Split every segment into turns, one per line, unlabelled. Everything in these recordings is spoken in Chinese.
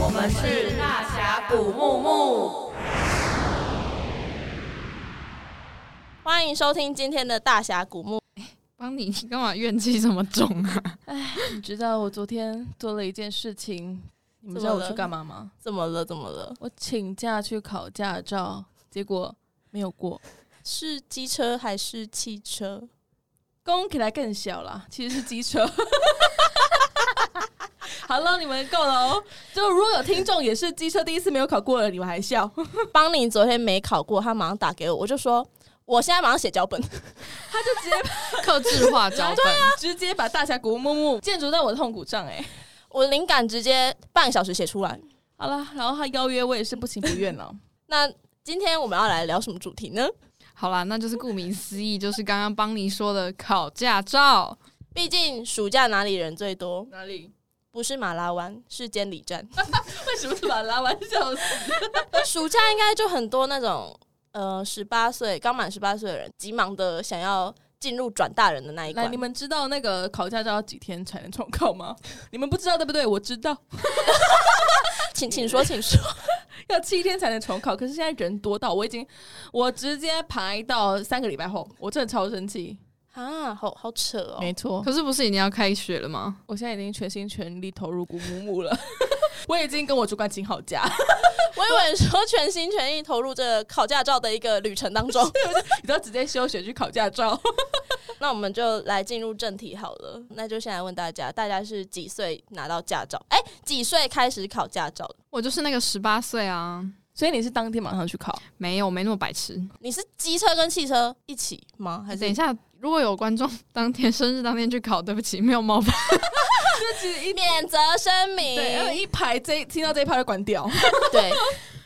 我们是大峡谷木木，欢迎收听今天的大峡谷木。
帮你， 你干嘛怨气这么重 啊？
你知道我昨天做了一件事情，你们知道我去干嘛吗？
怎么了？怎么了？
我请假去考驾照，结果没有过。
是机车还是汽车？
公起来更小啦，其实是机 车。好了，你们够了哦。就如果有听众也是机车第一次没有考过了，你们还笑？
邦尼昨天没考过，他马上打给我，我就说我现在马上写脚本。
他就直接
克制化脚本，
啊
直接把大峡谷木木建筑在我的痛苦上哎、
我灵感直接半个小时写出来。
好了，然后他邀约我也是不情不愿了。
那今天我们要来聊什么主题呢？
好啦，那就是顾名思义，就是刚刚帮你说的考驾照。
毕竟暑假哪里人最多？
哪里？
不是马拉湾，是监理站。
为什么是把拉完笑 死？
暑假应该就很多那种呃十八岁刚满十八岁的人，急忙的想要进入转大人的那一
来，
关
你。们知道那个考驾照要几天才能重考吗？你们不知道对不对？我知道，
请请说，请说。
要七天才能重考，可是现在人多到我已经，我直接排到三个礼拜后，我真的超生气。
啊，好好扯哦！
错，
可是不是已经要开学了吗？
我现在已经全心全力投入古木木了， 我已经跟我主管请好假，
我以为说全心全意投入这个考驾照的一个旅程当中。
你知道直接休学去考驾照。
那我们就来进入正题好了。那就先来问大家，大家是几岁拿到驾照？哎、几岁开始考驾照的？
我就是那个十八岁啊，
所以你是当天马上去考？
没有，没那么白痴。
你是机车跟汽车一起吗？还是
等一下，如果有观众当天生日当天去考，对不起，没有冒犯。
一免责声明？
对，然后一排这听到这一排就关掉。
对，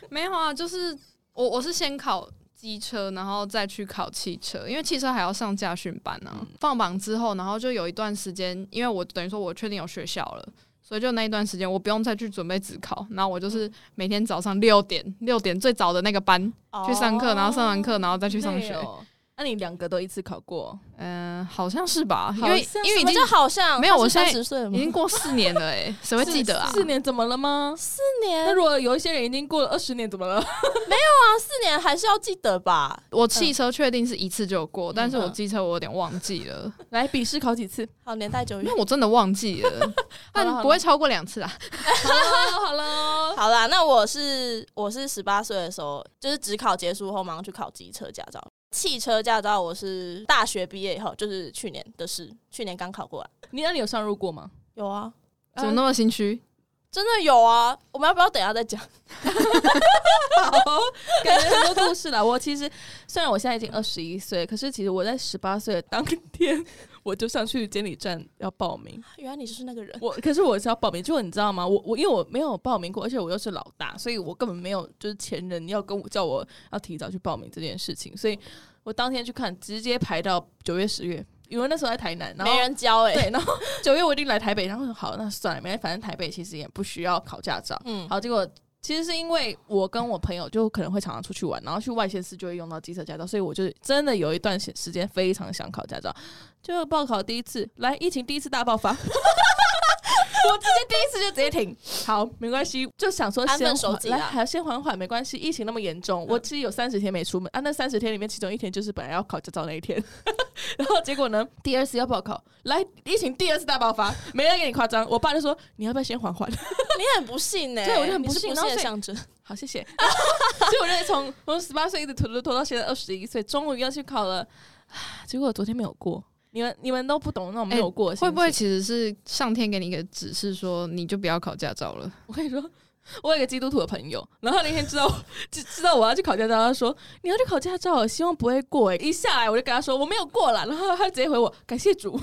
没有啊，就是我我是先考机车，然后再去考汽车，因为汽车还要上驾训班呢、
嗯
啊。放榜之后，然后就有一段时间，因为我等于说我确定有学校了。所以就那一段时间，我不用再去准备职考，然后我就是
嗯
每天早上六点六点最早的那个班去上课，然后上完课，然后再去上学
累。哦。那你两个都一次考过？
嗯、好像是吧？因
好
为
像
因
什
为已
么
经
叫好像
没有我现
三
在
十岁了
已经
吗？
过四年了、欸，哎，谁会记得啊？
四年怎嗯么了吗？
四年
那如果有一些人已经过了二十年，怎么了？
啊，四年还是要记得吧。
我汽车确定是一次就有过，但是我机车我有点忘记了，
来，笔试考几次？
好，年代久
因
远
为。我真的忘记了，但
好了
不会超过两次啊。
好了，
好啦，那我是我是十八岁的时候，就是职考结束后马上去考机车驾照。汽车驾照我是大学毕业以后，就是去年的事，去年刚考过来。
你那你有上入过吗？
有啊，
呃
怎么那么心虚？
真的有啊。我们要不要等一下再讲？
好，感觉很多故事了。我其实虽然我现在已经二十一岁，可是其实我在十八岁的当天，我就上去监理站要 报名。
原来你就是那个人。
我可是我是要报名，结果你知道吗？我我因为我没有报名过，而且我又是老大，所以我根本没有就是前人要跟我叫我要提早去报名这件事情，所以我当天去看，直接排到九月十月，因为那时候在台南，然后
没人教哎、
对，然后九月我一定来台北，然后我说好，那算了，没反正台北其实也不需要考驾照。
嗯，
好，结果其实是因为我跟我朋友就可能会常常出去玩，然后去外县市就会用到机车驾照，所以我就真的有一段时时间非常想考驾照，就报考第一次，来疫情第一次大爆发。我直接第一次就直接停，好，没关系，就想说
安分
先
守
缓
己
来，
啦
还要先缓缓，没关系，疫情那么严重，我其实有三十天没出门啊，那三十天里面，其中一天就是本来要考驾照那一天， 然后结果呢，第二次要报考，来疫情第二次大爆发，没人给你夸张，我爸就说你要不要先缓缓，
你很不幸哎、
对我就很
你是
不幸
不
然后
幸的
所以
象征。
好，谢 谢。所以我就从从十八岁一直拖拖拖到现在二十一岁，终于要去考了， 唉结果我昨天没有过。你们你们都不懂那种没有过的心
哎
情、
会不会其实是上天给你一个指示，说你就不要考驾照了？
我跟你说，我有一个基督徒的朋友，然后他那天知道我 知知道我要去考驾照，他说你要去考驾照，希望不会过、欸。一下来我就跟他说我没有过啦，然后他直接回我感谢 主。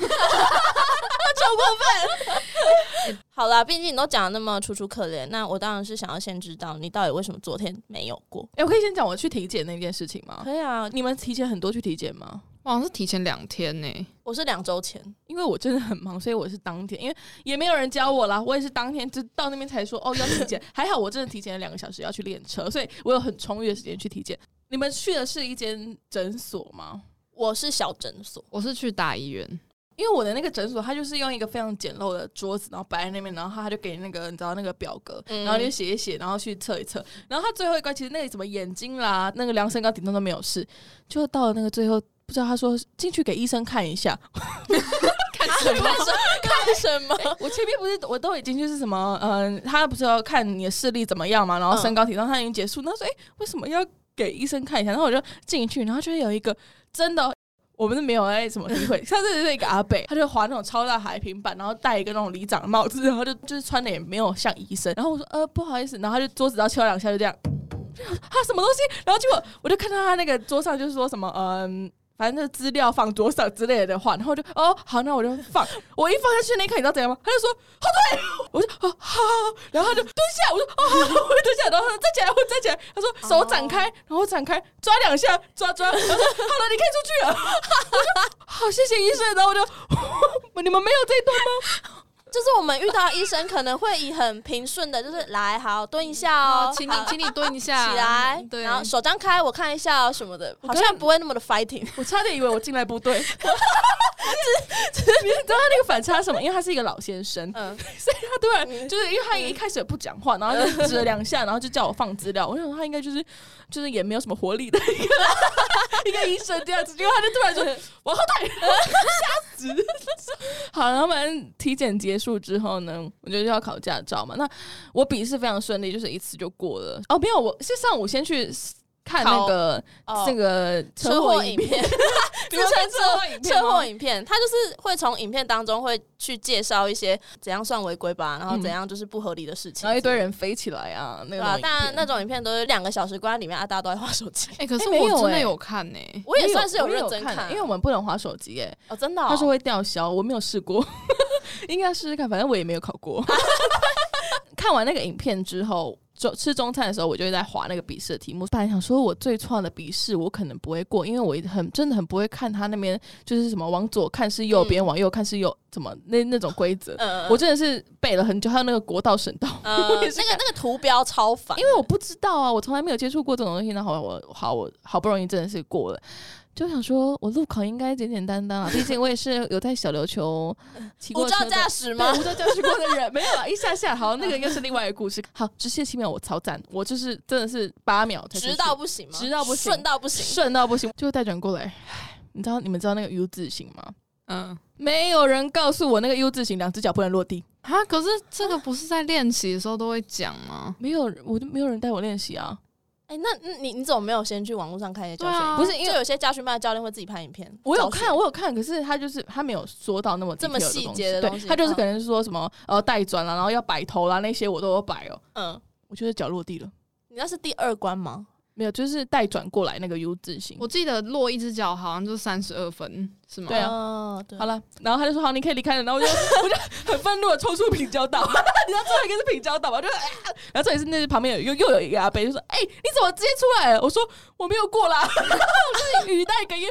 好啦，毕竟你都讲的那么楚楚可怜，那我当然是想要先知道你到底为什么昨天没有过。
哎、我可以先讲我去体检那件事情吗？
可以啊，
你们提前很多去体检吗？
我好像是提前两天呢、
我是两周前，
因为我真的很忙，所以我是当天，因为也没有人教我啦，我也是当天就到那边才说哦要体检， 还好我真的提前了两个小时要去练车，所以我有很充裕的时间去体检。你们去的是一间诊所吗？
我是小诊所。
我是去大医院，
因为我的那个诊所，它就是用一个非常简陋的桌子，然后摆在那边，然后他就给那个你知道那个表格，
嗯
然后你就写一写，然后去测一测，然后他最后一关其实那个什么眼睛啦，那个量身高体重都没有事，就到了那个最后。不知道他说进去给医生看一下，
看什么？看什 么？
我前面不是我都已经就是什么，嗯、他不是要看你的视力怎么样嘛，然后身高体重他已经结束，那说哎、诶为什么要给医生看一下？然后我就进去，然后就有一个真的。我们是没有哎什么诋 毁，上次是一个阿北，他就滑那种超大海平板，然后戴一个那种里长的帽子，然后就就是穿的也没有像医生。然后我说呃不好意思，然后他就桌子要敲两下就这样，他什么东西？然后结果我就看到他那个桌上就是说什么嗯、反正就是资料放桌上之类的话，然后我就哦好，那我就放。我一放下去那一刻，你知道怎样吗？他就说好对，我就哦好，然后他就蹲下，我说哦好，好我就蹲下，然后他说站起来，我站起来。他说手展开，然后我展开抓两下，抓抓。然后说好了，你可以出去了。我就好，谢谢医生。然后我就你们没有这一段吗？
就是我们遇到医生可能会以很平顺的，就是来好蹲一下
哦
哦，，
请你
好
请你蹲一 下，
起来，
对，
然后手张开，我看一下哦什么的，好
刚
像不会那么的 fighting。
我差点以为我进来部队。你知道他那个反差是什么？因为他是一个老先生，
嗯，
所以他突然就是因为他一开始也不讲话，然后就指了两下，然后就叫我放资料。我想说他应该就是就是也没有什么活力的一个 一个医生这样子，结果他就突然说往后退，吓死。 好，然后反正体检结束之后呢，我就要考驾照嘛。那我笔试非常顺利，就是一次就过了。哦，没有，我是上午先去看那个
哦
这个
车祸
祸
影
片，
片，
你们看 车祸影片吗
车祸影片，他就是会从影片当中会去介绍一些怎样算违规吧，然后
嗯
怎样就是不合理的事情，
然后一堆人飞起来啊，那
对
个
吧？但那种影片都是两个小时关在里面，啊，大家都在划手机。
哎，可是
哎没有
我真
哎
的有看呢，
我也算是
有
认真
看欸
看，啊
因为我们不能划手机耶、
哦，真的哦，
他说会吊销，我没有试过， 应该试试看，反正我也没有考过。 看完那个影片之后，中吃中餐的时候，我就在划那个笔试的题目。本来想说我最错的笔试我可能不会过，因为我很真的很不会看他那边就是什么往左看是右边，往右看是右怎么那那种规则，
嗯，嗯
我真的是背了很久。还有那个国道省道，
嗯
我
那
也是
个那个图标超烦，
因为我不知道啊，我从来没有接触过这种东西。然后我好，我好不容易真的是过了，就想说我路考应该简简单单啊，毕竟我也是有在小 琉球骑
无
过
照
车的
驾驶吗
对，？无照驾驶过的人没有啊，一下下好，那个又是另外一个故事。好，直线七秒我超赞，我就是真的是八秒才出去
直到不行吗？
直到不行
顺到不行。
顺到不行，就带转过来。唉你知道你们知道那个 U 字形吗？
嗯。
没有人告诉我那个 U 字形两只脚不能落地，
啊！可是这个不是在练习的时候都会讲吗？
没有，我都没有人带我练习啊。
哎，那那你你怎么没有先去网络上看一些教学
对
影
啊
片？
不
是因为
就有些家训班的教练会自己拍影片，
我有
教学
看，我有看，可是他就是他没有说到那么
这么
detail 的
细
东
节的东西
对他就是
嗯
可能是说什么呃带转啦，然后要摆头啦那些我都有摆哦，
嗯，
我觉得脚落地了，
你那是第二关吗？
没有，就是带转过来那个 U 字形
我。记得落一只脚好像就三十二分，是吗？
对啊
啊，对
好了，然后他就说好，你可以离开了。然后我就我就很愤怒的冲出平交道， 你知道最后一个是平交道吗？我就、啊、然后这里是那旁边有又又有一个阿伯就说，哎、你怎么直接出来了？我说我没有过啦， 我就是语带哽咽。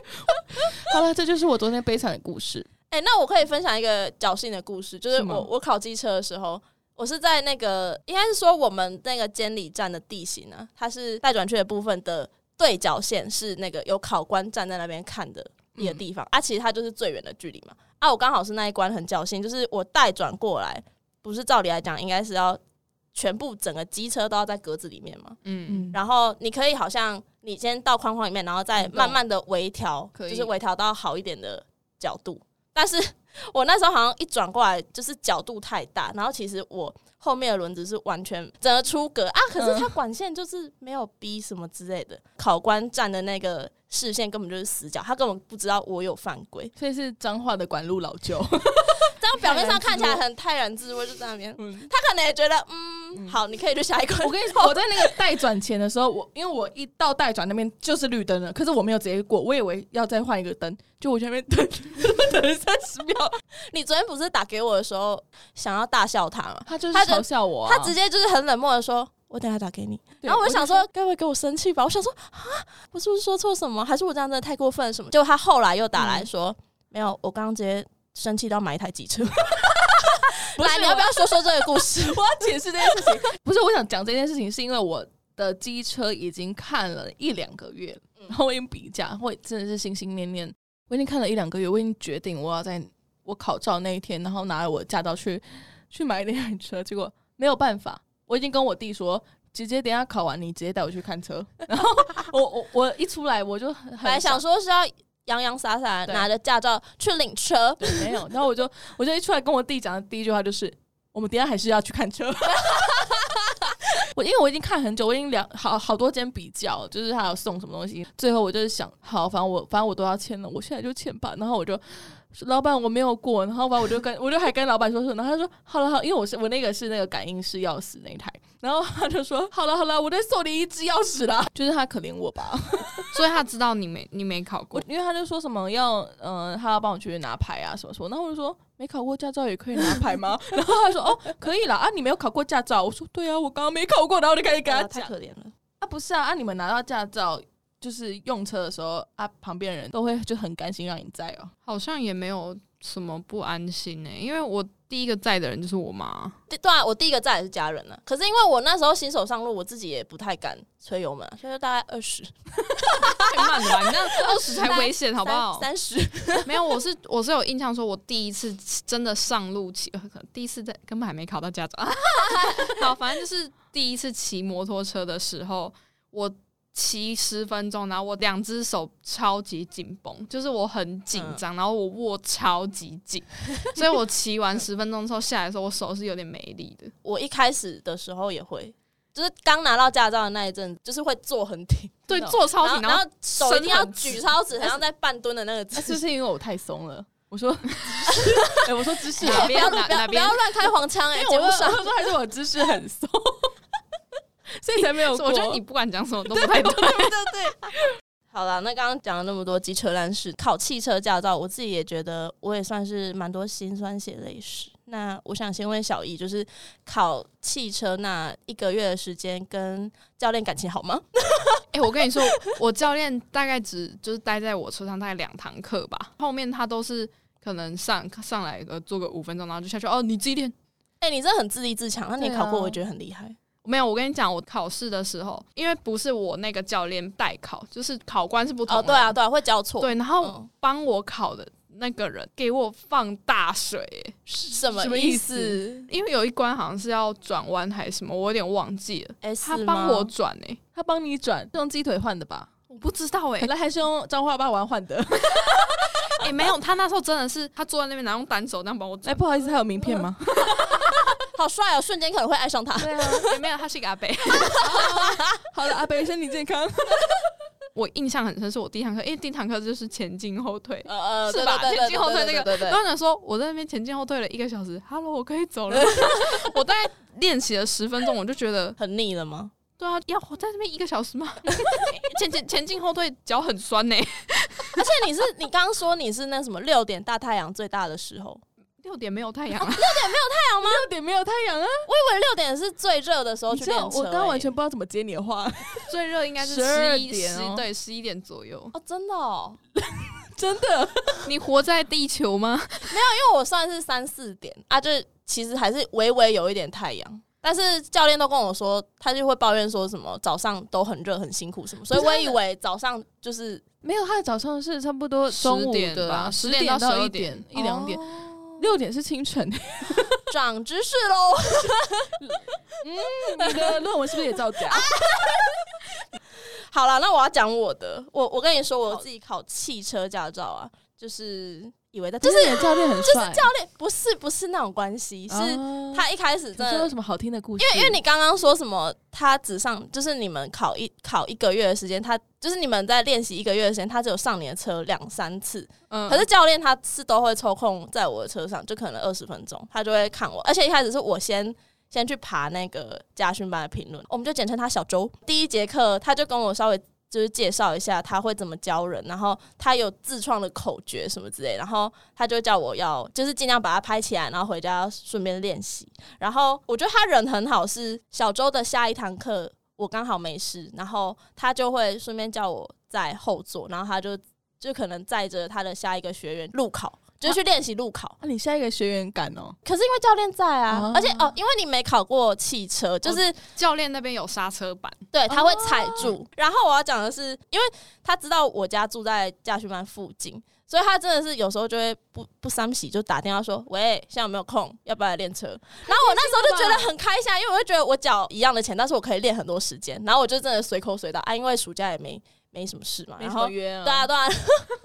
好了，这就是我昨天悲惨的故事。
哎、那我可以分享一个侥幸的故事，就是
是吗
我我考机车的时候，我是在那个应该是说我们那个监理站的地形啊，它是待转区的部分的对角线是那个有考官站在那边看的一个地方、啊，其实它就是最远的距离嘛。啊，我刚好是那一关很侥幸，就是我带转过来，不是照理来讲应该是要全部整个机车都要在格子里面嘛，
嗯，
嗯，
然后你可以好像你先到框框里面，然后再慢慢的微调，
可以
就是微调到好一点的角度。但是我那时候好像一转过来，就是角度太大，然后其实我后面的轮子是完全整个出格
嗯
啊，可是它管线就是没有逼什么之类的，考官站的那个视线根本就是死角，他根本不知道我有犯规，
所以是脏话的管路老舅。
这样表面上看起来很泰然自若，就在那边，
嗯。
他可能也觉得嗯，好，你可以去下一关。
我跟你说，我在那个待转前的时候，我因为我一到待转那边就是绿灯了，可是我没有直接过，我以为要再换一个灯，就我前面等 等了三十秒，
你昨天不是打给我的时候想要大笑他吗？
他就是
他就
嘲笑我啊、
他直接就是很冷漠的说：“我等一下打给你。”
对
然后我就想
我
说，该不会给我生气吧？我想说啊，我是不是说错什么？还是我这样真的太过分了什么？结果他后来又打来说：“没有，我刚刚直接生气到买一台机 车。
不是
来，你要不要说说这个故事？
我要解释这件事情， 不是我想讲这件事情，是因为我的机车已经看了一两个月了，
嗯
然后我已经比价，我真的是心心念念，我已经看了一两个月，我已经决定我要在。我考照那一天，然后拿了我的驾照去去买那辆车，结果没有办法，我已经跟我弟说。直接等一下考完，你直接带我去看车。然后我我我一出来我就很
本来想说是要洋洋洒洒
对
拿着驾照去领车，
对没有，然后我就我就一出来跟我弟讲的第一句话就是，我们等一下还是要去看车。 我因为我已经看很久，我已经两好好多间比较，就是他有送什么东西，最后我就是想，好，反正我反正我都要签了，我现在就签吧。然后我就老板我没有过，然后吧我就跟我就还跟老板说说，然后他说好了好，因为我是我那个是那个感应式钥匙那一台，然后他就说好了好了，我再送你一只钥匙啦，就是他可怜我吧。
所以他知道你没你没考过
我，因为他就说什么要，嗯、他要帮我去拿牌啊什么什么，然后我就说没考过驾照也可以拿牌吗？然后他说哦可以啦，啊你没有考过驾照，我说对啊我刚刚没考过，然后我就开始跟他
哇太
讲，
可怜了。
啊不是啊，啊你们拿到驾照就是用车的时候啊旁边人都会就很甘心让你载哦，
好像也没有什么不安心呢、因为我第一个在的人就是我妈，
对对啊，我第一个载也是家人呢、啊可是因为我那时候新手上路，我自己也不太敢吹油门、啊，所以就大概二十，
太慢了吧？你那二十才危险好不好？
三十，30
没有，我是我是有印象，说我第一次真的上路骑，呃可第一次在根本还没考到驾照。 好，反正就是第一次骑摩托车的时候，我骑十分钟，然后我两只手超级紧绷，就是我很紧张，然后我握超级紧，所以我骑完十分钟之后下来的时候，我手是有点没力的。
我一开始的时候也会，就是刚拿到驾照的那一阵，就是会坐很挺，
对，
真的哦
坐超
然后
挺，
然
然后
后手一定要
伸很直
举超直，好像在半蹲的那个
那、是
姿
不
势。
是因为我太松了？我说， 哎、我说姿势
哪
啊，
边
不要
哪
不要
哪
不
边
要乱开黄腔 哎、
因为
欸，
我
节
就
目
我
上
就说还是我姿势很 松，所以才没有过。
我觉得你不管讲什么都不太对。
好了，那刚刚讲了那么多机车烂事，考汽车驾照，我自己也觉得我也算是蛮多辛酸血泪史。那我想先问小易，就是考汽车那一个月的时间，跟教练感情好吗？
哎、我跟你说，我教练大概只就是待在我车上大概两堂课吧，后面他都是可能上上来呃做个五分钟，然后就下去哦，你自己练。
哎、你真的很自立自强，那你
对啊
考过，我觉得很厉害。
没有，我跟你讲，我考试的时候，因为不是我那个教练代考，就是考官是不同
哦，
的
对啊，对啊，会交错。
对，然后
嗯，
帮我考的那个人给我放大水、欸
什么
什么
意
意
思
因为有一关好像是要转弯还是什么，我有点忘记了，
？S
他
哎吗
帮我转哎、
他帮你转，用鸡腿换的吧？
我不知道哎、
本来还是用彰化霸王换的。
哎、没有，他那时候真的是他坐在那边，然后用单手那样帮我
哎、
转，
不好意思，还有名片吗？
好帅哦，瞬间可能会爱上他。
对啊，
欸没有，他是一个阿伯。
好了，阿北，身体健康。
我印象很深，是我第一堂课，因为第一堂课就是前进后退，
呃 呃，
是吧？
对
前进后退那
对对
个，
对对对
然后想说我在那边前进后退了一个小时，Hello，我可以走 了吗。我大概练习了十分钟，我就觉得，
很腻了吗？
对啊，要我在那边一个小时吗？ 前前前进后退，脚很酸呢、
而且你是你刚刚说你是那什么六点大太阳最大的时候，
六点没有太阳、啊，
六点没有太阳啊！
我以为六点是最热的时候
你
去
知
练
道
车、欸
我刚刚完全不知道怎么接你的话，
最热应该是
12
十一
点
十
哦
对十一点左右。
哦，真的哦，
真的。
你活在地球吗？
因为我算是三四点啊，就是其实还是微微有一点太阳，但是教练都跟我说，他就会抱怨说什么早上都很热很辛苦什么，所以
不是
我以为早上就是
没有，他的早上是差不多中午的啊，
10
十
点吧10点到
一
12
点
点
一两点，
哦
六点是清晨。
长知识喽。
你的论文是不是也造假？
好了，那我要讲我的，我我跟你说，我自己考汽车驾照啊，就是以为在就
就是是你的教练很帅，
教练不是不是那种关系，是
哦
他一开始真
你说嗯
的
有什么好听的故事？
因为因为你刚刚说什么，他只上就是你们考一考一个月的时间，他就是你们在练习一个月的时间，他只有上你的车两三次。
嗯，
可是教练他是都会抽空在我的车上，就可能二十分钟，他就会看我。而且一开始是我先先去爬那个家训班的评论，我们就简称他小周。第一节课他就跟我稍微就是介绍一下他会怎么教人，然后他有自创的口诀什么之类，然后他就叫我要就是尽量把它拍起来，然后回家顺便练习。然后我觉得他人很好，是小周的下一堂课我刚好没事，然后他就会顺便叫我在后座，然后他就就可能载着他的下一个学员路考，就是去练习路考。
啊，你下一个学员敢
啊
哦，
可是因为教练在啊，哦
啊
而且哦，因为你没考过汽车，就是、
教练那边有刹车板，
对他哦会踩住。然后我要讲的是，因为他知道我家住在驾训班附近，所以他真的是有时候就会不不三喜，就打电话说：“喂，现在有没有空？要不要来练 车？”然后我那时候就觉得很开心，啊，因为我就觉得我缴一样的钱，但是我可以练很多时间。然后我就真的随口随到啊，因为暑假也没没什么事嘛，然后
约啊
对啊，对啊，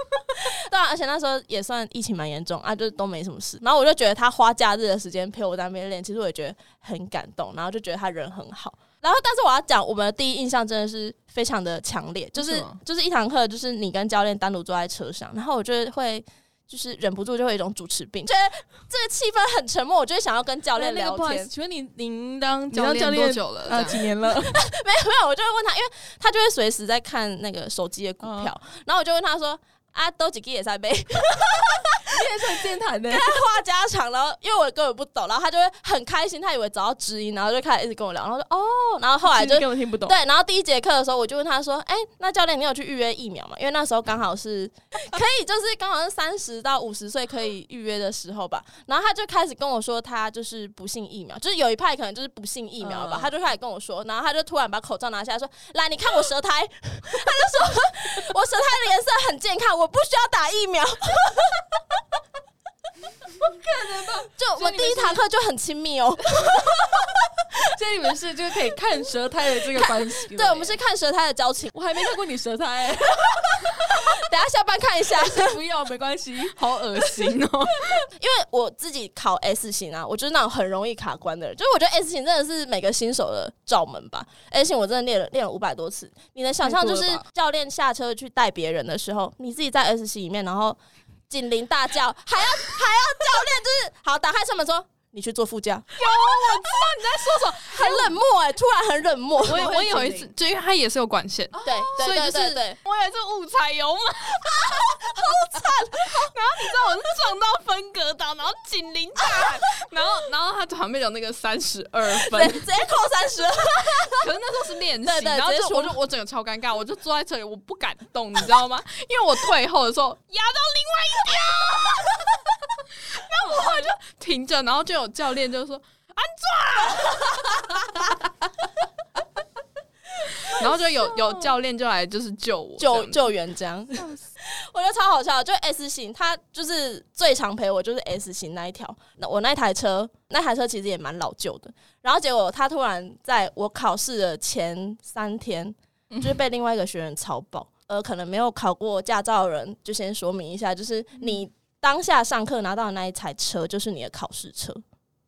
对啊，而且那时候也算疫情蛮严重啊，就是都没什么事。然后我就觉得他花假日的时间陪我在那边练，其实我也觉得很感动，然后就觉得他人很好。然后，但是我要讲，我们的第一印象真的是非常的强烈，就
为
是
什么
就是一堂课，就是你跟教练单独坐在车上，然后我就会。就是忍不住就会有一种主持病，觉得这个气氛很沉默，我就会想要跟教练
那
聊
个不好意
天
思，。请问你您当
教呃
你当教
多
练
久了？
啊
这
几
样
年 了？
没有没有，我就会问他，因为他就会随时在看那个手机的股
嗯
票，然后我就问他说：“啊，都几个也在背？”
也算健谈的，
话家常，然后因为我根本不懂，然后他就会很开心，他以为找到知音，然后就开始一直跟我聊，然后说哦，然后后来
其
就
实根本听不懂。
对，然后第一节课的时候，我就问他说，哎、那教练你有去预约疫苗吗？因为那时候刚好 是可以，就是刚好是三十到五十岁可以预约的时候吧。然后他就开始跟我说，他就是不信疫苗，就是有一派可能就是不信疫苗吧，
嗯
他就开始跟我说，然后他就突然把口罩拿下来说，来你看我舌苔， 他就说我舌苔的颜色很健康，我不需要打疫苗。不可能吧？ 就我
所以
们
你
第
们
一堂课就很亲密哦，
所以你们是就是可以看舌苔的这个关 系了耶。
对，我们是看舌苔的交情。
我还没看过你舌苔欸，
等一下下班看一下，
不要没关系，好恶心哦。
因为我自己考 S 型啊，我就是那种很容易卡关的人。就是我觉得 S 型真的是每个新手的罩门吧。S 型我真的练了练了五百多次，你能想象就是
太多了吧
教练下车去带别人的时候，你自己在 S 型里面，然后警铃大叫，还要还要教练就是好打开车门说你去坐副驾，有我知道你在说什么，很冷漠哎、突然很冷漠，
我有我有一
紧
次，就因为它也是有管线，
对，对
所以就是
对对对
哦我有一次误踩油门， 好 惨！然后你知道我是撞到分隔岛，然后警铃大喊， 然后然后它旁边有那个三十二分
对，直接扣三十，
可是那时候是练习，
对对
然后
直接
就
说
我就我整个超尴尬，我就坐在这里，我不敢动，你知道吗？ 因为我退后的时候压到另外一条，然 后我就停着，然后就有教练就说安 住啊，然后就有有教练就来就是救我，这
救
样子
救援这样， 我觉得超好笑的。就 S 型，他就是最常陪我，就是 S 型那一条。那我那台车，那台车其实也蛮老旧的。然后结果他突然在我考试的前三天，
嗯
就是被另外一个学员超爆。呃，可能没有考过驾照的人，就先说明一下，就是
嗯
你当下上课拿到的那一台车，就是你的考试车，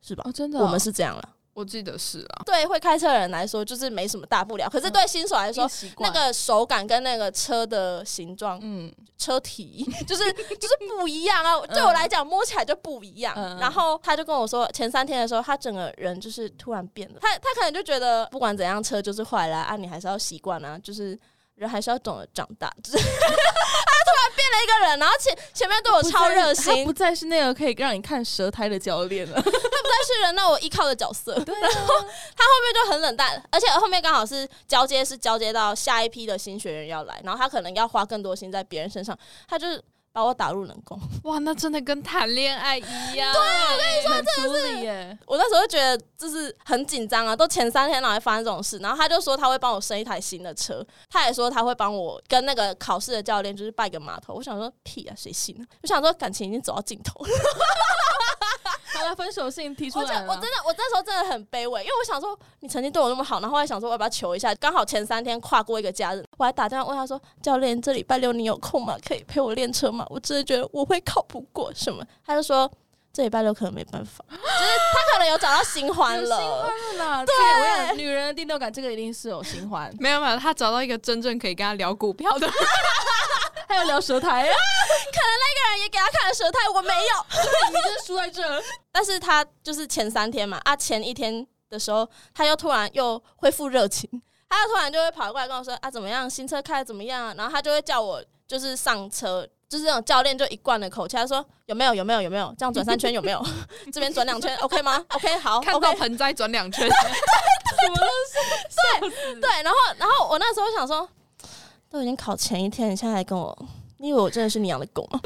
是吧？
哦，真的哦，
我们是这样了。
我记得是啊，
对会开车的人来说，就是没什么大不了。可是对新手来说
嗯一，习
那
惯
个手感跟那个车的形状，
嗯，
车体就是就是不一样啊，对我来讲摸起来就不一样。
嗯嗯嗯
然后他就跟我说，前三天的时候，他整个人就是突然变了，他他可能就觉得不管怎样，车就是坏了啊，啊你还是要习惯啊，就是人还是要懂得长大。 就是他突然变了一个人，然后前前面对我超热
他
心
不，再是那个可以让你看舌苔的教练了。
不再是人让我依靠的角色。后
对啊，
面就很冷淡，而且后面刚好是交接，是交接到下一批的新学员要来，然后他可能要花更多心在别人身上，他就是把我打入冷宫。
哇，那真的跟谈恋爱一样，，
啊
很处理耶，
我那时候就觉得就是很紧张啊，都前三天了还发生这种事，然后他就说他会帮我生一台新的车，他也说他会帮我跟那个考试的教练就是拜个码头。我想说屁啊，谁信啊？ 我想说感情已经走到尽头了，
好了，分手信提出
我真
来了，
我真的我那时候真的很卑微，因为我想说你曾经对我那么好，然后我还想说我要不要求一下，刚好前三天跨过一个假日，我还打电话问他说教练这礼拜六你有空吗？可以陪我练车吗？我真的觉得我会考不过什么，他就说这礼拜六可能没办法， 就是他可能有找到新欢
有新
了。
欢了啦。对，我想女人的第六感，这个一定是有新欢
没有没有，他找到一个真正可以跟他聊股票
哦
的，
还有聊舌苔，
当然也给他看了舌苔，我没有。
你真的输在这。
但是他就是前三天嘛，啊，前一天的时候，他又突然又恢复热情，他又突然就会跑过来跟我说啊，怎么样，新车开的怎么样、啊？然后他就会叫我就是上车，就是那种教练就一贯的口气，他说有没有有没有有没有，这样转三圈有没有？ 这边转两圈 OK 吗？OK 好
看到
，OK
盆栽转两 圈，
对。然后然后我那时候想说，都已经考前一天，你现在还跟我，你以为我真的是你养的狗吗？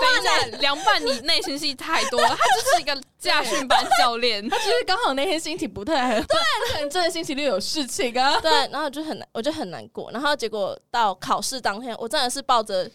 等一下，凉拌，你内心戏太多了，他就是一个驾训班教练。
他就是刚好那天心情不太 好，对，可能真的星期六有事情 啊。
对，然后我就很难，我就很难过。然后结果到考试当天，我真的是抱着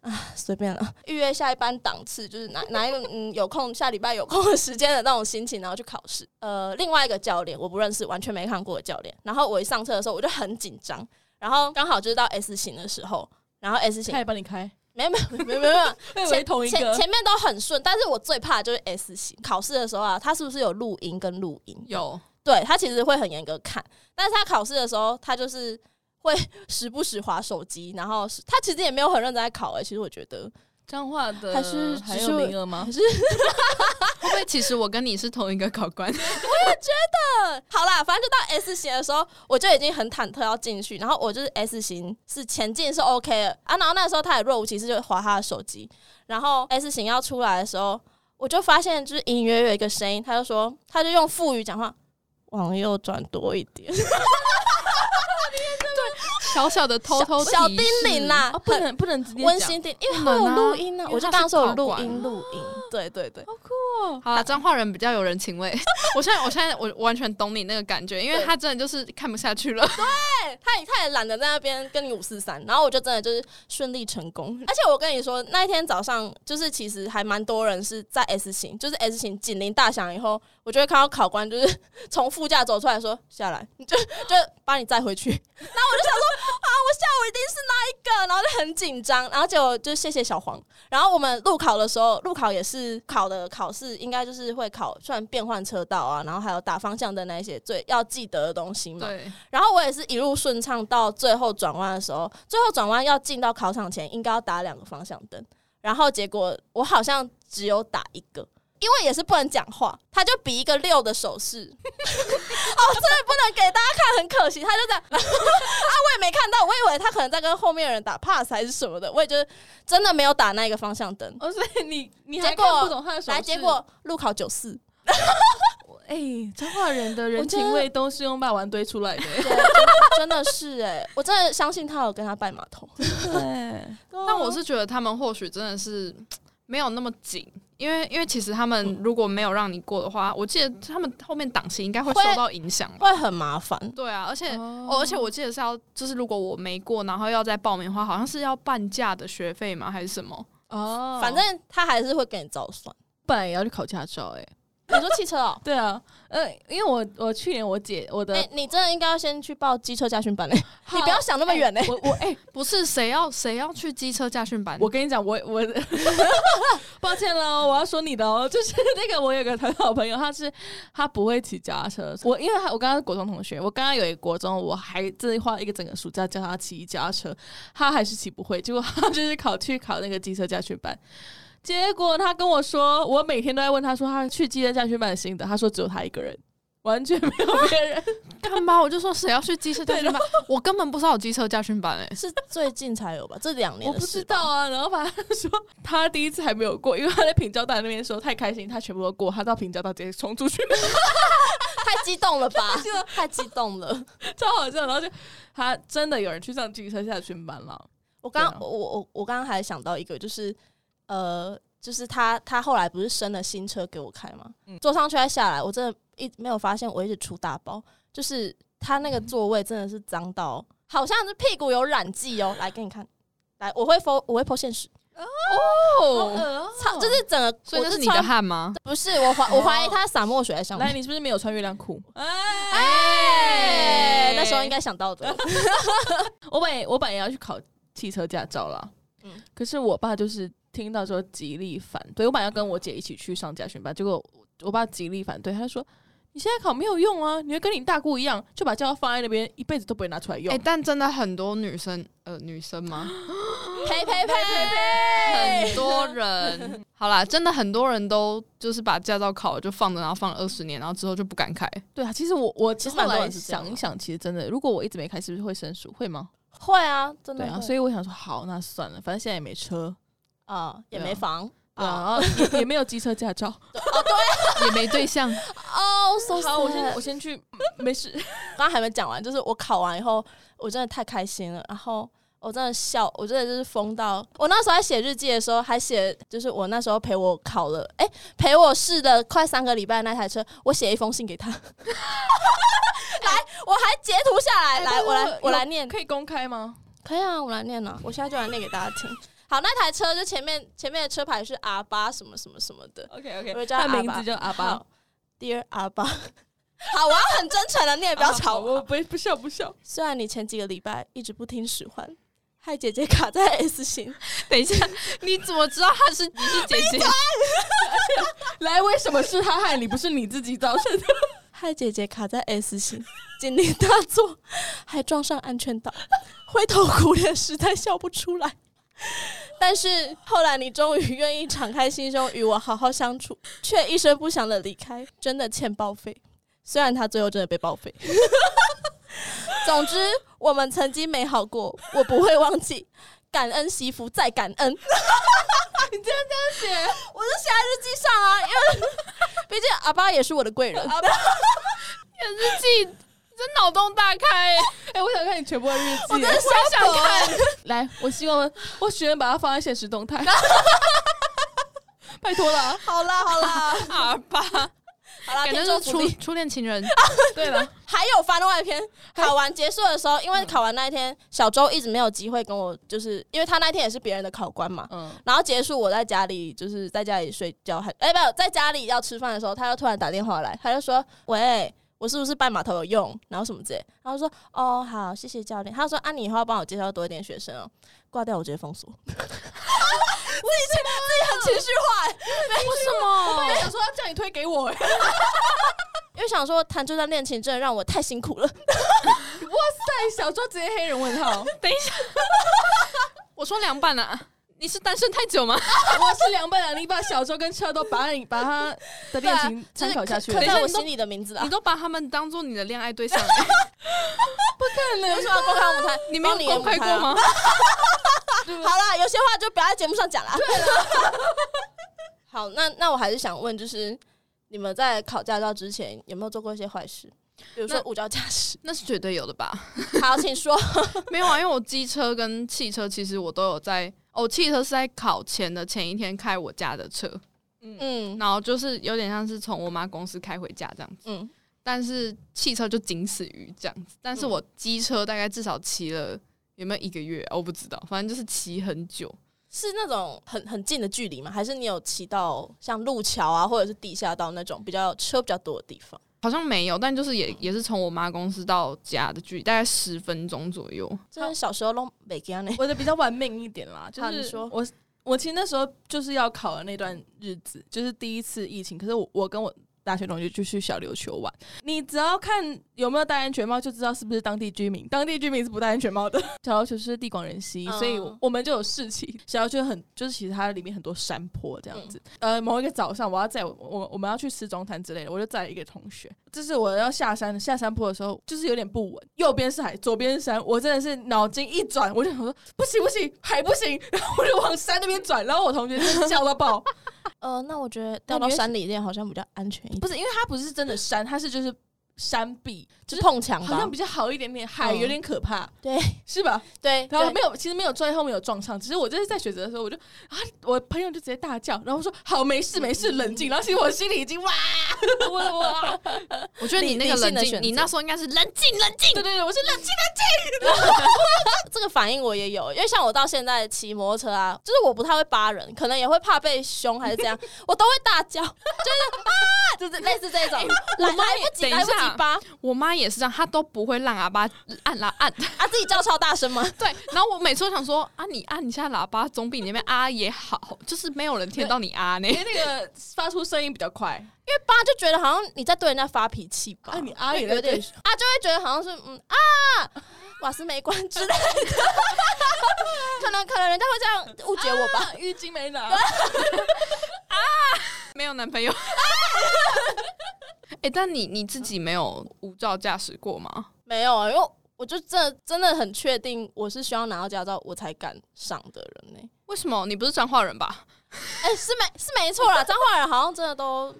啊随便了，预约下一班档次，就是哪哪一个嗯有空，下礼拜有空的时间的那种心情，然后去考试。呃，另外一个教练我不认识，完全没看过的教练，然后我一上车的时候我就很紧张，然后刚好就是到 S 型的时候，然后 S 型
他也帮你开，
没没没没没有，
我以为
前
同一
前
个。
前面都很顺，但是我最怕的就是 S 型考试的时候啊，他是不是有录音跟录音？
有
对他其实会很严格看，但是他考试的时候，他就是会 时不时划手机，然后是他其实也没有很认真在考欸诶、其实我觉得
彰化的
还是
还
只
有
是
名额吗
还？是
会不会其实我跟你是同一个考官？
呃好啦，反正就到 S 型的时候，我就已经很忐忑要进去，然后我就是 S 型是前进是 OK 的啊，然后那时候他也若无其事就划他的手机，然后 S 型要出来的时候，我就发现就是隐隐约约有一个声音，他就说他就用腹语讲话，往右转多一点，
小小的偷偷
小小
提
叮
示
咛啦
哦，，不能不能直接
温
讲
馨点，因为
不
会有
能啊
录音啊
因，为
我就
它
刚刚
是
说
啊
有
考
录
管
音录音，对对对，
好了，彰化人比较有人情味。 我现在，我现在，我完全懂你那个感觉，因为他真的就是看不下去了。
哎他也他也懒得在那边跟你五四三，然后我就真的就是顺利成功。而且我跟你说，那一天早上就是其实还蛮多人是在 S 型，就是 S 型警铃大响以后，我就会看到考官就是从副驾走出来说下来，你就 就把你载回去。然后我就想说啊，我下午一定是那一个，然后就很紧张，然后结果就谢谢小黄。然后我们路考的时候，路考也是考的考试，应该就是会考算变换车道啊，然后还有打方向灯那一些最要记得的东西嘛。
对，
然后我也是一路顺畅到最后转弯的时候，最后转弯要进到考场前，应该要打两个方向灯，然后结果我好像只有打一个。因为也是不能讲话，他就比一个六的手势，哦，真的不能给大家看，很可惜。他就这样，啊，我也没看到，我以为他可能在跟后面的人打 pass 还是什么的，我也就是真的没有打那一个方向灯。
哦，所以你你还
结果
看不懂他的手势
来，结果路考九四，
哎，彰化人的人
我觉
情
得
味都是用霸王堆出来的。
对，真真的是哎、我真的相信他有跟他拜码头。
对，
但我是觉得他们或许真的是没有那么紧，因为因为其实他们如果没有让你过的话，我记得他们后面档期应该会
会
受到影响吧。
会很麻烦，
对啊，而且、
哦
哦，而且我记得是要，就是如果我没过，然后要再报名的话，好像是要半价的学费吗？还是什么？
哦
反正他还是会给你照算。
本来也要去考驾照，哎，？
你说汽车 哦
对啊，呃，因为我我去年我姐我的
哎、你真的应该要先去报机车驾训 班嘞、
好，
你不要想那么远嘞、
我我哎，
不是谁要谁要去机车驾训班？
我跟你讲，我我 抱歉喽，我要说你的哦， 就是那个我有个很好朋友，他是他不会骑脚踏车，我因为他我刚刚是国中同学，我刚刚有一个国中，我还真的花了一个整个暑假教他骑脚踏车，他还是骑不会，结果他就是考去考那个机车驾训班。结果他跟我说，我每天都在问他说他去机车驾训班的心得，他说只有他一个人，完全没有别人。
干嘛？我就说谁要去机车驾训班？我根本不知道有机车驾训班哎、
是最近才有吧？这两年
我
的
不
事
知
吧
道啊，然后反正他说 他第一次还没有过，因为他在平交大那边说太开心，他全部都过，他到平交大直接冲出去，
太激动 了吧？太激动了！
超好笑。然后就他真的有人去上机车下训班了，
我刚、
对啊
我我我我刚刚还想到一个，就是呃，就是他他后来不是升了新车给我开吗？
嗯
坐上去再下来，我真的一没有发现，我一直出大包，就是他那个座位真的是脏到，好像是屁股有染剂哦。来给你看，来我会 po 我会 po 现实，
哦，
操，就是整个
所以
我
那是你
穿
的汗吗？
不是我怀我怀疑他洒墨水在上
哦来，
面。
你是不是没有穿月亮裤？
哎，那时候应该想到的。
我本来我本来也要去考汽车驾照啦，
嗯
可是我爸就是听到之后极力反对。我本来要跟我姐一起去上驾训班，结果我我爸极力反对，他就说。你现在考没有用啊！你会跟你大姑一样，就把驾照放在那边，一辈子都不会拿出来用。
哎、但真的很多女生，呃，女生吗？
呸呸呸呸呸！
很多人， 好啦，真的很多人都就是把驾照考了就放着，然后放了二十年，然后之后就不敢开。
对啊，其实我我
其实
后
蛮多
来
人是这样
想一
的
想，其实真的，如果我一直没开，是不是会生疏？会吗？
会啊，真
对
的
啊，
会
所以我想说，好，那算了，反正现在也没车，
啊也
对啊
没防
对
哦
啊，然后也也没有机车 驾照。
也没对 象，
哦，so
好，我
sad
先我先去，没 事。
刚刚还没讲完，就是我考完以后，我真的太开心了，然后我真的笑，我真的就是疯到我那时候还写日记的时候，还写就是我那时候陪我考了，哎、陪我试了快三个礼拜的那台车，我写一封信给他， 来，我还截图下来，来，我来，我来念，
可以公开吗？
可以啊，我来念啊，我现在就来念给大家听。好，那台车就前面前面的车牌是 R 八什么什么什么的，
OK
我
OK，
会叫他
他名
阿爸
字叫阿巴
好。，Dear 阿爸， 好，我要很真诚的，你也不要吵
啊我
我。
不不笑不笑。
虽然你前几个礼拜一直不听使唤，害姐姐卡在 S 型，
等一下，你怎么知道他是你是姐姐？
来，为什么是他害你，不是你自己造成的？
害姐姐卡在 S 型，警铃大作，还撞上安全岛， 灰头苦脸，实在笑不出来。但是后来你终于愿意敞开心胸与我好好相处，却一声不响的离开，真的欠报废。虽然他最后真的被报废。 总之，我们曾经美好过，我不会忘记。感恩惜福，再感 恩。你这样这样写， 我就写在日记上啊，因为毕竟阿爸也是我的贵人。
你的日记真脑洞大开、欸，
哎，我想看你全部的日记。
我真的想想看。
来，我希望我许愿把它放在现实动 态。拜托了。
好啦好 啦
阿爸，
好啦，
感觉
听
是
众福
初
利。
初恋情人，
对了，
还有番外篇，考完结束的时候，因为考完那一天，小周一直没有机会跟我，就是因为他那天也是别人的考官嘛。
嗯，
然后结束，我在家里就是在家里睡觉，还哎没有在家里要吃饭的时候，他就突然打电话来，他就说：“喂，我是不是办码头有用？然后什么之类。”然后说：“哦，好，谢谢教练。”他说：“啊，你以后要帮我介绍多一点学生哦。”挂掉，我直接封锁。自己自己很情绪化、欸，
为什
我本
么？
来想说要叫你推给我，哎
因为想说谈这段恋情真的让我太辛苦了。
小周直接黑人问号。
等一下， 我说凉拌啊，你是单身太久吗？
我是凉拌两，你把小周跟车都把你把他的恋情参考下去了
刻
对啊。
在我心里的名字啊
你！都把他们当做你的恋爱对 象、欸，
你为什么要公开我们 台？
你没有公开过吗？
好啦，有些话就不要在节目上讲啦。对啊了， 好，那那我还是想问，就是你们在考驾照之前有没有做过一些坏事？比如说
那
无照驾驶。
那是绝对有的 吧？
好，请说。
没有啊，因为我机车跟汽车其实我都有在。哦，汽车是在考前的前一天开我家的车，
嗯
然后就是有点像是从我妈公司开回家这样子。
嗯，
但是汽车就仅此于这样子。但是我机车大概至少骑了有没有一个月，啊我不知道，反正就是骑很久。
是那种很很近的距离吗？还是你有骑到像路桥啊，或者是地下道那种比较车比较多的地方？
好像没有，但就是也也是从我妈公司到家的距离大概十分钟左右。
真的小时候弄北京呢。
我的比较玩命一点啦，就
好你
是
说
我我其实那时候就是要考的那段日子，就是第一次疫情，可是我我跟我。大学同学就去小琉球玩，你只要看有没有戴安全帽，就知道是不是当地居民。当地居民是不戴安全帽的。 小琉球是地广人稀，
嗯
所以我们就有市集。小琉球很就是其实它里面很多山坡这样子。呃，某一个早上我要载我我我们要去吃中餐之类的，我就载了一个同学。就是我要下山下山坡的时候，就是有点不稳，右边是海，左边是山，我真的是脑筋一转，我就想说不行不行，海不行， 然后我就往山那边转，然后我同学就笑到爆。
呃，那我觉得掉
那你
到
会
山里面好像比较安全一点，
不是因为它不是真的山，它是就是山壁，就是
碰墙
好
吧
像？比较好一点点，海有点可怕，
嗯对
是吧？
对，
然后
对
没有，其实没有撞，后面有撞上，只是我就是在选择的时候，我就啊，我朋友就直接大叫，然后我说好，没
嗯
事没事，冷静。然后其实我心里已经 哇，我
啊
哇，
我觉得你那
理
个
理性的
冷
选择
静，你那时候应该是冷静冷静。
对对对，我是冷静。
这个反应我也有，因为像我到现在骑摩托车啊，就是我不太会扒人，可能也会怕被凶还是怎样，我都会大叫， 就是啊，就是类似这种，来来不及，
等一
来
下
不及扒啊，
我妈也是这样，她都不会让喇叭 按啦按。
啊自己叫超大声吗？
对，然后我每次都想说啊，你按一下喇叭总比你那边啊也好，就是没有人听到你啊呢
因。为那个发出声音比 较快，
因为扒就觉得好像你在对人家发脾气吧，
啊你啊
就
也在
有点
对
啊，就会觉得好像是嗯啊，瓦斯没关之类的， 可能可能人家会这样误解我吧。
啊浴巾没拿，
没有男朋友。 哎、但你你自己没有无照驾驶过吗？
没有啊，因为我就真的真的很确定我是需要拿到驾照我才敢上的人呢、
为什么？你不是彰化人吧？
哎、是没是没错啦，彰化人好像真的都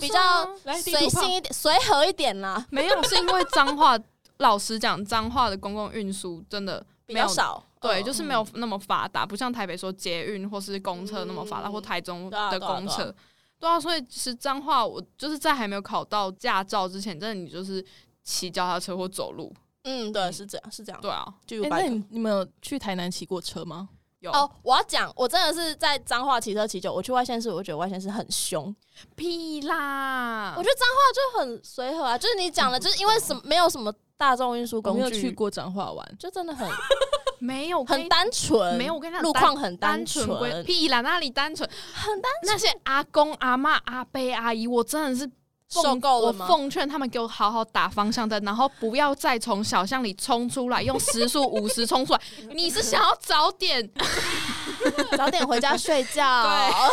比较
啊来地
随
图炮哎
性一点、随和一点啦，
没有，是因为彰化。老实讲，彰化的公共运输真的
比
没
较
有
少。
对，
嗯
就是没有那么发达，不像台北说捷运或是公车那么发达，
嗯
或台中
对啊
的
对啊
公
对啊
车。对啊，所以其实彰化，我就是在还没有考到驾照之前，真的你就是骑脚踏车或走路。
嗯，对，是这样，是这样。
对啊，
就
哎、那你你们有去台南骑过车吗？有
哦，我要讲，我真的是在彰化骑车骑久，我去外县市，我就觉得外县市很凶。
屁啦！
我觉得彰化就很随和啊，就是你讲的，就是因为什么没有什么大众运输
我
工
没有
具，
去过彰化 玩，
就真的很
没有
很单纯，
没有我跟你讲
路
单
况很
单
纯
纯，归屁啦，那里单纯。
很单
那些阿公、阿妈、阿伯、阿姨，我真的是奉
受够了
我
吗？
奉劝他们给我好好打方向灯，然后不要再从小巷里冲出来，用时速五十冲出来。你是想要早点？
早点回家睡觉。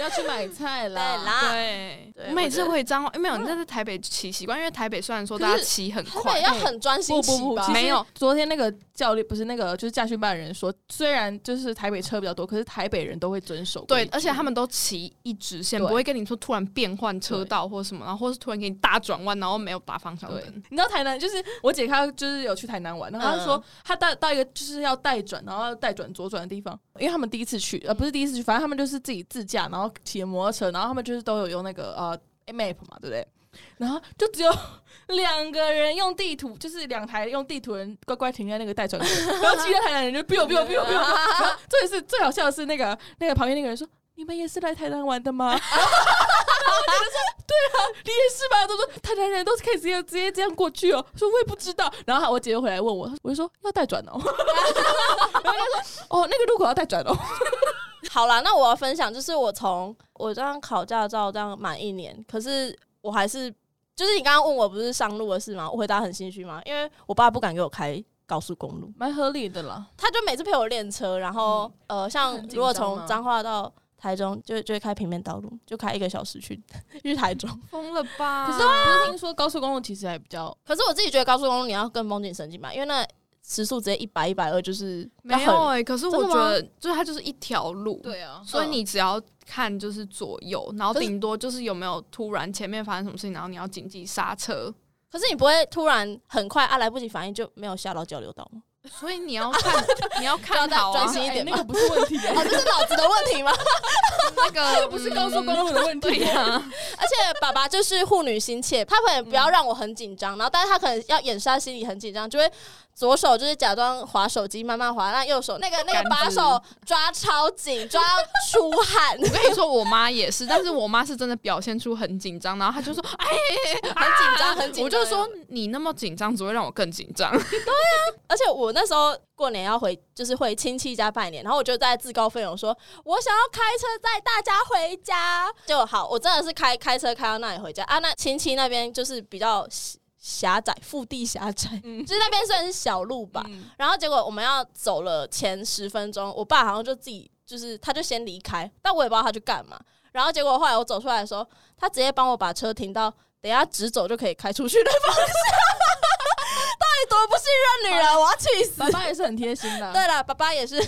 要去买菜
对
啦。
啦，
对
啊对
我每次
我觉得
回彰化，没有，那是台北骑习惯，因为台北虽然说大
可
家
是
骑很
台北
快，
要很专心
不不
骑
不，
吧
其？实
没有。
昨天那个教练不是那个，就是驾训班的人说，虽然就是台北车比较多，可是台北人都会遵守规
对
矩。，
而且他们都骑一直线，
对
不会跟你说突然变换车道或什么，然后或是突然给你大转弯，然后没有打方向
对
灯。，
你知道台南就是我姐，她就是有去台南玩，然后她就说
嗯
她到到一个就是要带转，然后要带转左转的地方，因为他们第一次去，呃，不是第一次去，反正他们就是自己自驾，然后骑摩托车，然后他们就是都有用那个呃 map 嘛，对不对？然后就只有 两个人用地图，就是两台用地图人乖乖停在那个待转口，然后其他台南人就 biu biu biu biu，然后这也是最好笑的是那个那个旁边那个人说。你们也是来台南玩的吗？ 然后我就说对啊，你也是吧？都说台南人都可以直接直接这样过去哦。说我也不知道。然后我姐就回来问我，我就说要带转哦。然后她说哦，那个路口要带转哦。
好啦，那我要分享就是我从我这样考驾照这样满一年，可是我还是就是你刚刚问我不是上路的事吗？我回答很心虚吗？因为我爸不敢给我开高速公路，
蛮合理的啦。
他就每次陪我练车，然后、呃，像
那很紧
如果
张吗
从彰化到台中，就就会开平面道路，就开一个小时去 去台中。
疯了吧？
可是我听说高速公路其实还比较
可是我自己觉得高速公路你要更绷紧神经吧，因为那时速直接一百一百二就是要很
没有哎、可是
真
我
的
觉
吗嗯
得就是它就是一条路，
啊
所以你只要看就是左右，然后
可是
顶多就是有没有突然前面发生什么事情，然后你要紧急刹车。
可是你不会突然很快啊来不及反应就没有下到交流道吗？
所 以你要看，你要看好
专
啊
心，一点
哎那个不是问题、啊
哦，这是脑子的问题吗？
那个
不是高速公
路。
路的问
对啊
题。
呀、
而且爸爸就是护女心切，他可能不要让我很紧张，然后但是他可能要掩饰他心里很紧张，就会左手就是假装划手机慢慢划，那右手那个那
杆
个
子
把手抓超紧，抓到出汗，
我跟你说，我妈也是，但是我妈是真的表现出很紧张，然后她就说：“哎，
很紧张，很紧张。
我就 说，你那么紧张，只会让我更紧张。
而且我那时候过年要回，就是回亲戚家拜年，然后我就在自告奋勇说，我想要开车载大家回家。就好，我真的是开开车开到那里回家啊。那亲戚那边就是比较狭狭窄，腹地狭窄，
嗯
就是那边算是小路吧。然后结果我们要走了前十分钟，我爸好像就自己就是他就先离开，但我也不知道他去干嘛。然后结果后来我走出来的时候，他直接帮我把车停到等一下直走就可以开出去的方向， 到底多不信任女人，我要气死！
爸爸也是很贴心的、啊
对了，爸爸也是，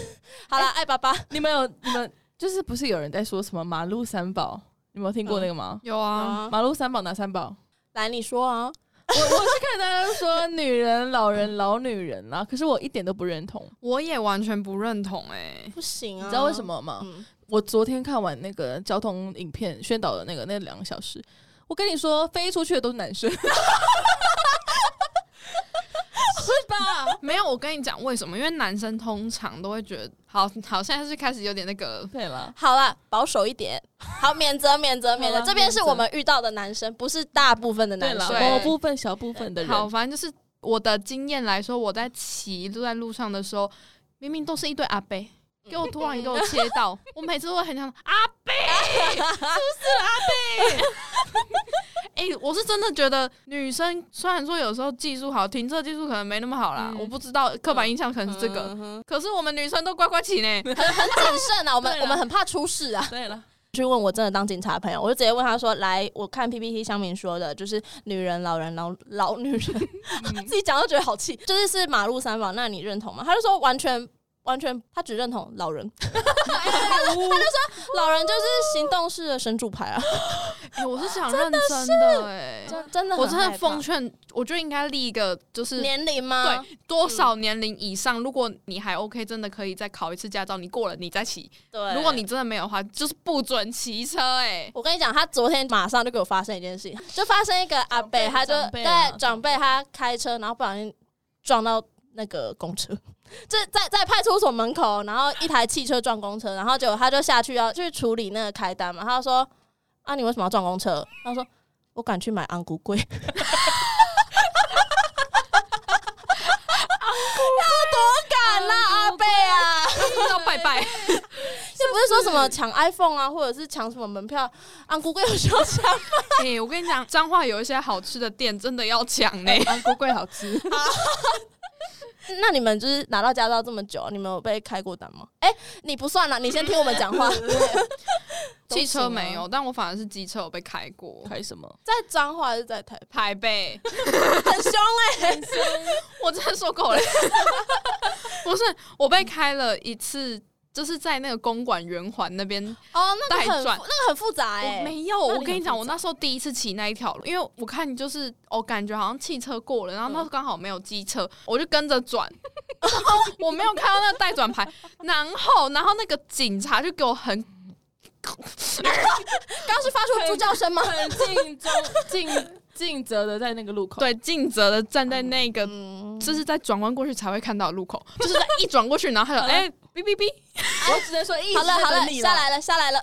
好了，爱爸爸，
你们有你们就是不是有人在说什么马路三宝？你们有听过那个吗”？
有
啊
啊，
马路三宝哪三宝？
来你说 啊，
我我是看大家说女人、老人、老女人啦、可是我一点都不认同。
我也完全不认同哎、
不行啊，
你知道为什？么吗？
嗯，
我昨天看完那个交通影片宣导的那个那两个小时，我跟你说，飞出去的都是男生，
是吧？ 没有，我跟你讲为什么？因为男生通常都会觉得，好好，现在是开始有点那个了。
对啦。
好了，保守一点，好，免责，免责，免责，
好啦
这边是
免责
我们遇到的男生，不是大部分的
对
男
啦，哦
生。
对
某部分小部分的人，
好，反正就是我的经验来说，我在骑路在路上的时候，明明都是一对阿伯，给我突然给我切到，我每次都会很想阿伯， 是不是阿伯？哎、我是真的觉得女生虽然说有时候技术好，停车技术可能没那么好啦，
嗯
我不知道刻板印象可能是这
嗯
个，可是我们女生都乖乖骑呢。
很谨慎啊，我们
对啦
我们很怕出事啊。
对了，
去问我真的当警察的朋友，我就直接问他说：“来，我看 PPT 上面说的，就是女人、老人、老老女人， 自己讲都觉得好气，就是是马路三宝，那你认同吗？”他就说完全。完全，他只认同老人， 老人就是行动式的神主牌啊！
哎、我是想认真的哎、
真真的很
我真
害
的
怕
奉劝，我觉得应该立一个就是
年龄吗？
多少年龄以上，如果你还 OK，真的可以再考一次驾照，你过了你再骑。
对
如果你真的没有的话，就是不准骑车、欸。
我跟你讲，他昨天马上就给我发生一件事情，就发生一个阿伯，
长辈
他就
长辈啊
对长辈他开车，然后不小心撞到那个公车， 这在在派出所门口，然后一台汽车撞公车，然后结果他就下去要去处理那个开单嘛，他就说：“啊，你为什么要撞公车？”他说：“我赶去买安骨龟。”安骨要多赶啦，阿贝 啊！
要拜 拜，
又不是说什么抢 iPhone 啊，或者是抢什么门票，安骨龟有时候抢。
哎、我跟你讲，彰化有一些好吃的店，真的要抢 呢、
啊
安锅贵好吃，
那你们就是拿到驾照这么久，你们有被开过单吗？哎、你不算了，你先听我们讲话。
汽
啊
车没有，但我反而是机车有被开
嗯
过。
开什 么？
在彰化还是在台北？
台北，
很凶哎、
我真的受够了。不是，我被开了一次，就是在那个公馆圆环那边。
哦，那个
带
很复
转
那个很复杂哎、
我没有，
那你
我
很
跟你讲，
复
我那时候第一次骑那一条路，因为我看就是我感觉好像汽车过了，然后
嗯
那时候刚好没有机车，我就跟着转，然后我没有看到那个待转牌，然后然后那个警察就给我很
刚刚是发出猪叫声 吗？
很竞争尽尽责的在那个路口，，
对尽责的站在那个
嗯，
就是在转弯过去才会看到的路口，就是在一转过去，然后他就哎哔哔哔，
我只能说一直
好了好
在
了
等，你
下来了下来了，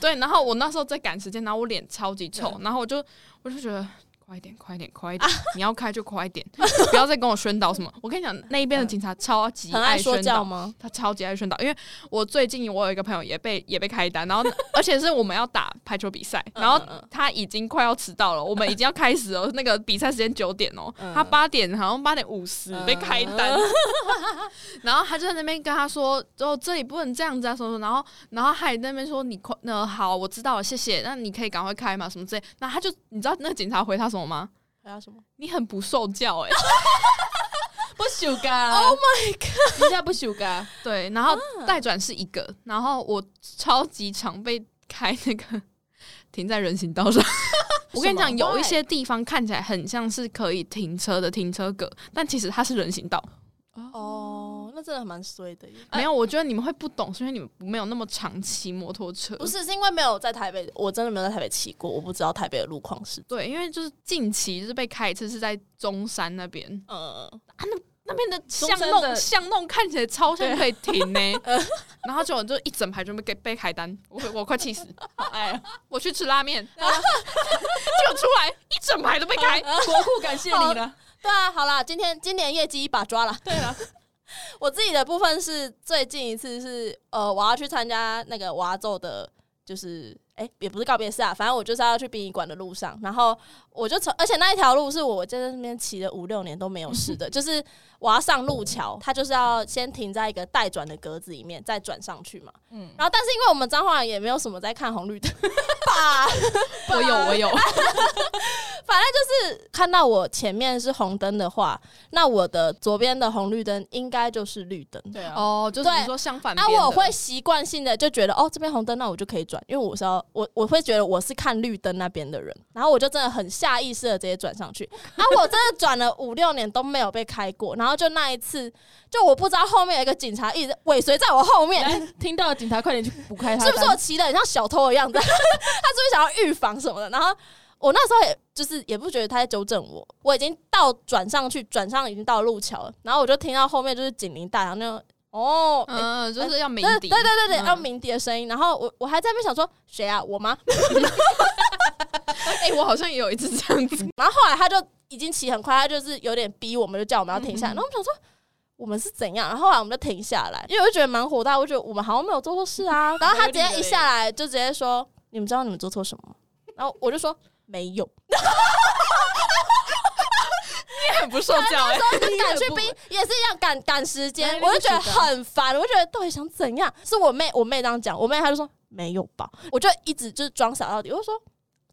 对，然后我那时候在赶时间，然后我脸超级臭，
嗯
然后我就我就觉得。快一点，快一点，快一
啊
点！你要开就快一点，不要再跟我宣导什么。我跟你讲，那一边的警察超级
嗯很爱说
宣
教
导，
吗？
他超级爱宣导。因为我最近我有一个朋友也被也被开单，然后而且是我们要打排球比赛， 然后
嗯嗯嗯
他已经快要迟到了，我们已经要开始了。那个比赛时间九点哦、
嗯
他八点好像八点五十被开 单，然后他就在那边跟他说：“哦，这里不能这样子啊，什么什么。”然后，然后他也在那边说：“你快，那、好，我知道了，谢谢。那你可以赶快开嘛，什么之类。”那他就你知道那个警察回他什么吗？
还有什么？
你很不受教哎、
不修改，Oh my god，人家不修改，
对，然后
嗯
待转是一个，然后我超级常被开那个停在人行道上。 我跟你讲，
什么
有一些地方看起来很像是可以停车的停车格，但其实它是人行道。
哦，那真的蛮衰的耶。啊
没有，我觉得你们会不懂，是因为你们没有那么常骑摩托车。
不是，是因为没有在台北，我真的没有在台北骑过，我不知道台北的路况是。
对，因为就是近期就是被开一次是在中山那边，
呃，
那边的巷
中山
弄
的
巷弄看起来超像可以 停呢、然后就就一整排就被被开单，我我快 气死，好哎，我去吃拉面，结果出来一整排都被开，
国库感谢你了，
对啊，好啦，今天今年业绩一把抓啦。对
了，
我自己的部分是最近一次是呃，我要去参加那个娃奏的，就是哎、也不是告别式啊，反正我就是要去殡仪馆的路上，然后我就从，而且那一条路是我在那边骑了五六年都没有事的，就是我要上路桥，它就是要先停在一个待转的格子里面，再转上去嘛。嗯
嗯，
然后但是因为我们彰化人也没有什么在看红绿灯吧。
我有我有，
反正就是看到我前面是红灯的话，那我的左边的红绿灯应该就是绿灯。
对啊，
哦，就是
对
你说相反
那、
边的，
我会习惯性的就觉得哦，这边红灯，那我就可以转，因为我是要我我会觉得我是看绿灯那边的人，然后我就真的很下意识的直接转上去。啊，我真的转了五六年都没有被开过，然后就那一次，就我不知道后面有一个警察一直尾随在我后面，
来听到警察快点去补开他，
是不是我骑的很像小偷的 样子？他是不是想要预防什么的？然后我那时候也就是也不觉得他在纠正我，我已经到转上去，转上已经到路桥了，然后我就听到后面就是警铃大响，就哦。欸
呃
嗯，就是要鸣
对
笛，
对对对，
嗯
要鸣笛的声音，然后我我还在那边想说谁啊，我吗？
哎，我好像也有一次这样子，
然后后来他就已经骑很快，他就是有点逼我们，就叫我们要停下来。
嗯嗯
然后我们想说我们是怎样，然后后来我们就停下来，因为我就觉得蛮火大，我觉得我们好像没有做错事 啊。然后他直接一下来就直接说：“你们知道你们做错什么吗？”然后我就说：“没有。
很不受教哎，”
赶去逼也是一样赶赶时
哪
间，
里
我就觉得
不许的
很烦，我就觉得到底想怎样？是我妹，我妹这样讲，我妹她就说：“没有吧？”我就一直就是装傻到底，我就说。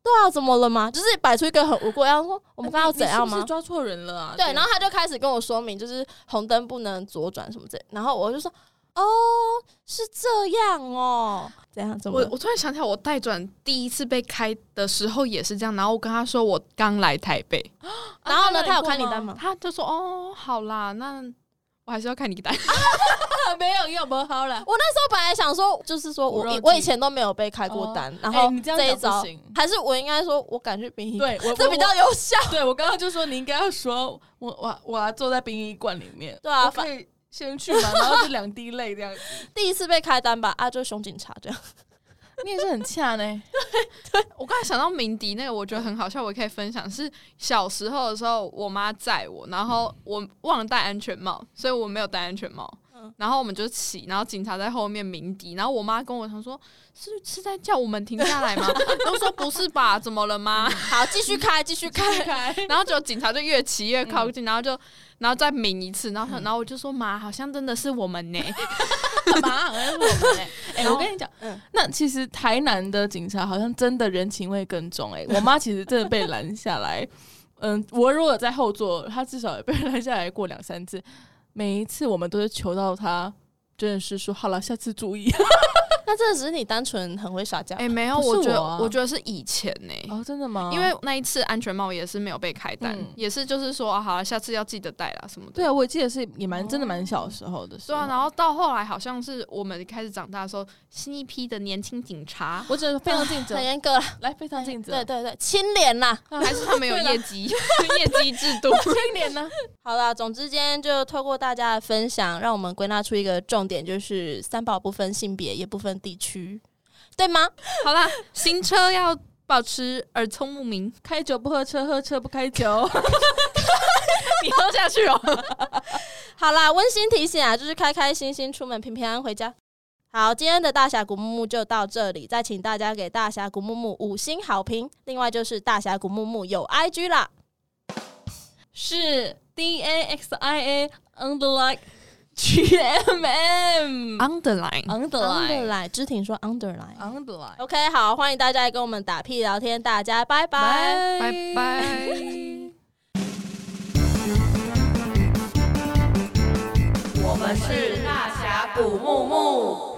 对啊，怎么了吗？就是摆出一个很无辜的样子，说我
我
们刚刚有怎样吗
是？抓错人了啊，
对，然后他就开始跟我说明，就是红灯不能左转什么之类，然后我就说，哦，是这样哦，怎样怎么
我
了？
我突然想起来，我带转第一次被开的时候也是这样，然后我跟他说我刚来台北，
然后呢，
啊
他有开你
过吗
单吗？
他就说哦，好啦，那我还是要看你单。
没有用，不好了，
我那时候本来想说，就是说我
骨肉
我以
记
前都没有被开过单，然
哎
后
你这样
一
讲
招
不行
还是我应该说，我敢去殡仪馆，
对我
这比较有效。
对我刚刚就说你应该要说，我我我要坐在殡仪馆里面，
对啊
我可以先去嘛， 然后就两滴泪这样子。
第一次被开单吧，啊，就是熊警察这样。
你也是很欸恰呢，
我刚才想到鸣笛那个，我觉得很好笑，我可以分享。是小时候的时候，我妈载我，然后我忘了戴安全帽，所以我没有戴安全帽。
嗯
然后我们就骑，然后警察在后面鸣笛，然后我妈跟我想说，是是在叫我们停下来吗？ 然后说不是吧，怎么了 吗？
好，继续开，继续开。
然后就警察就越骑越靠近，然后就然后再鸣一次，然
嗯
后然后我就说妈，好像真的是我们呢。
妈好像是我们 哎、哎、我跟你讲，
嗯
那其实台南的警察好像真的人情味更重哎、我妈其实真的被拦下来， 嗯，我如果在后座，她至少也被拦下来过两三次，每一次我们都是求到她。真的是说好了，下次注意
那真的只是你单纯很会耍家
哎、。没有，
不是
我觉得
我啊
我觉得是以前呢、
哦，真的吗？
因为那一次安全帽也是没有被开单，
嗯
也是就是说、啊、好了，下次要记得戴啦什么的。
对啊，我记得是也蛮真的蛮小时候的时
对
候，
啊，然后到后来好像是我们开始长大的时候，新一批的年轻警 察
我只能非常尽责
很，严格了，
来非常尽责，
对对对，清廉呐。
还是他们有业绩业绩制度。
清廉呢，
好啦，总之今天就透过大家的分享，让我们归纳出一个重点，就是三宝不分性别，也不分地区，对吗？
好啦，行车要保持耳聪目明。
开酒不喝车，喝车不开酒。
你喝下去哦。
好啦，温馨提醒啊，就是开开心心出门，平平安安回家。好，今天的大峡谷木木就到这里，再请大家给大峡谷木木五星好评。另外就是大峡谷木木有 IG 啦，
是 D A X I A underline G M M
Underline，
underline
来，知婷说 underline。
underline，
哦 OK，好，欢迎大家来跟我们打屁聊天，大家拜拜。
拜
拜
拜。
我们是大峡谷木木。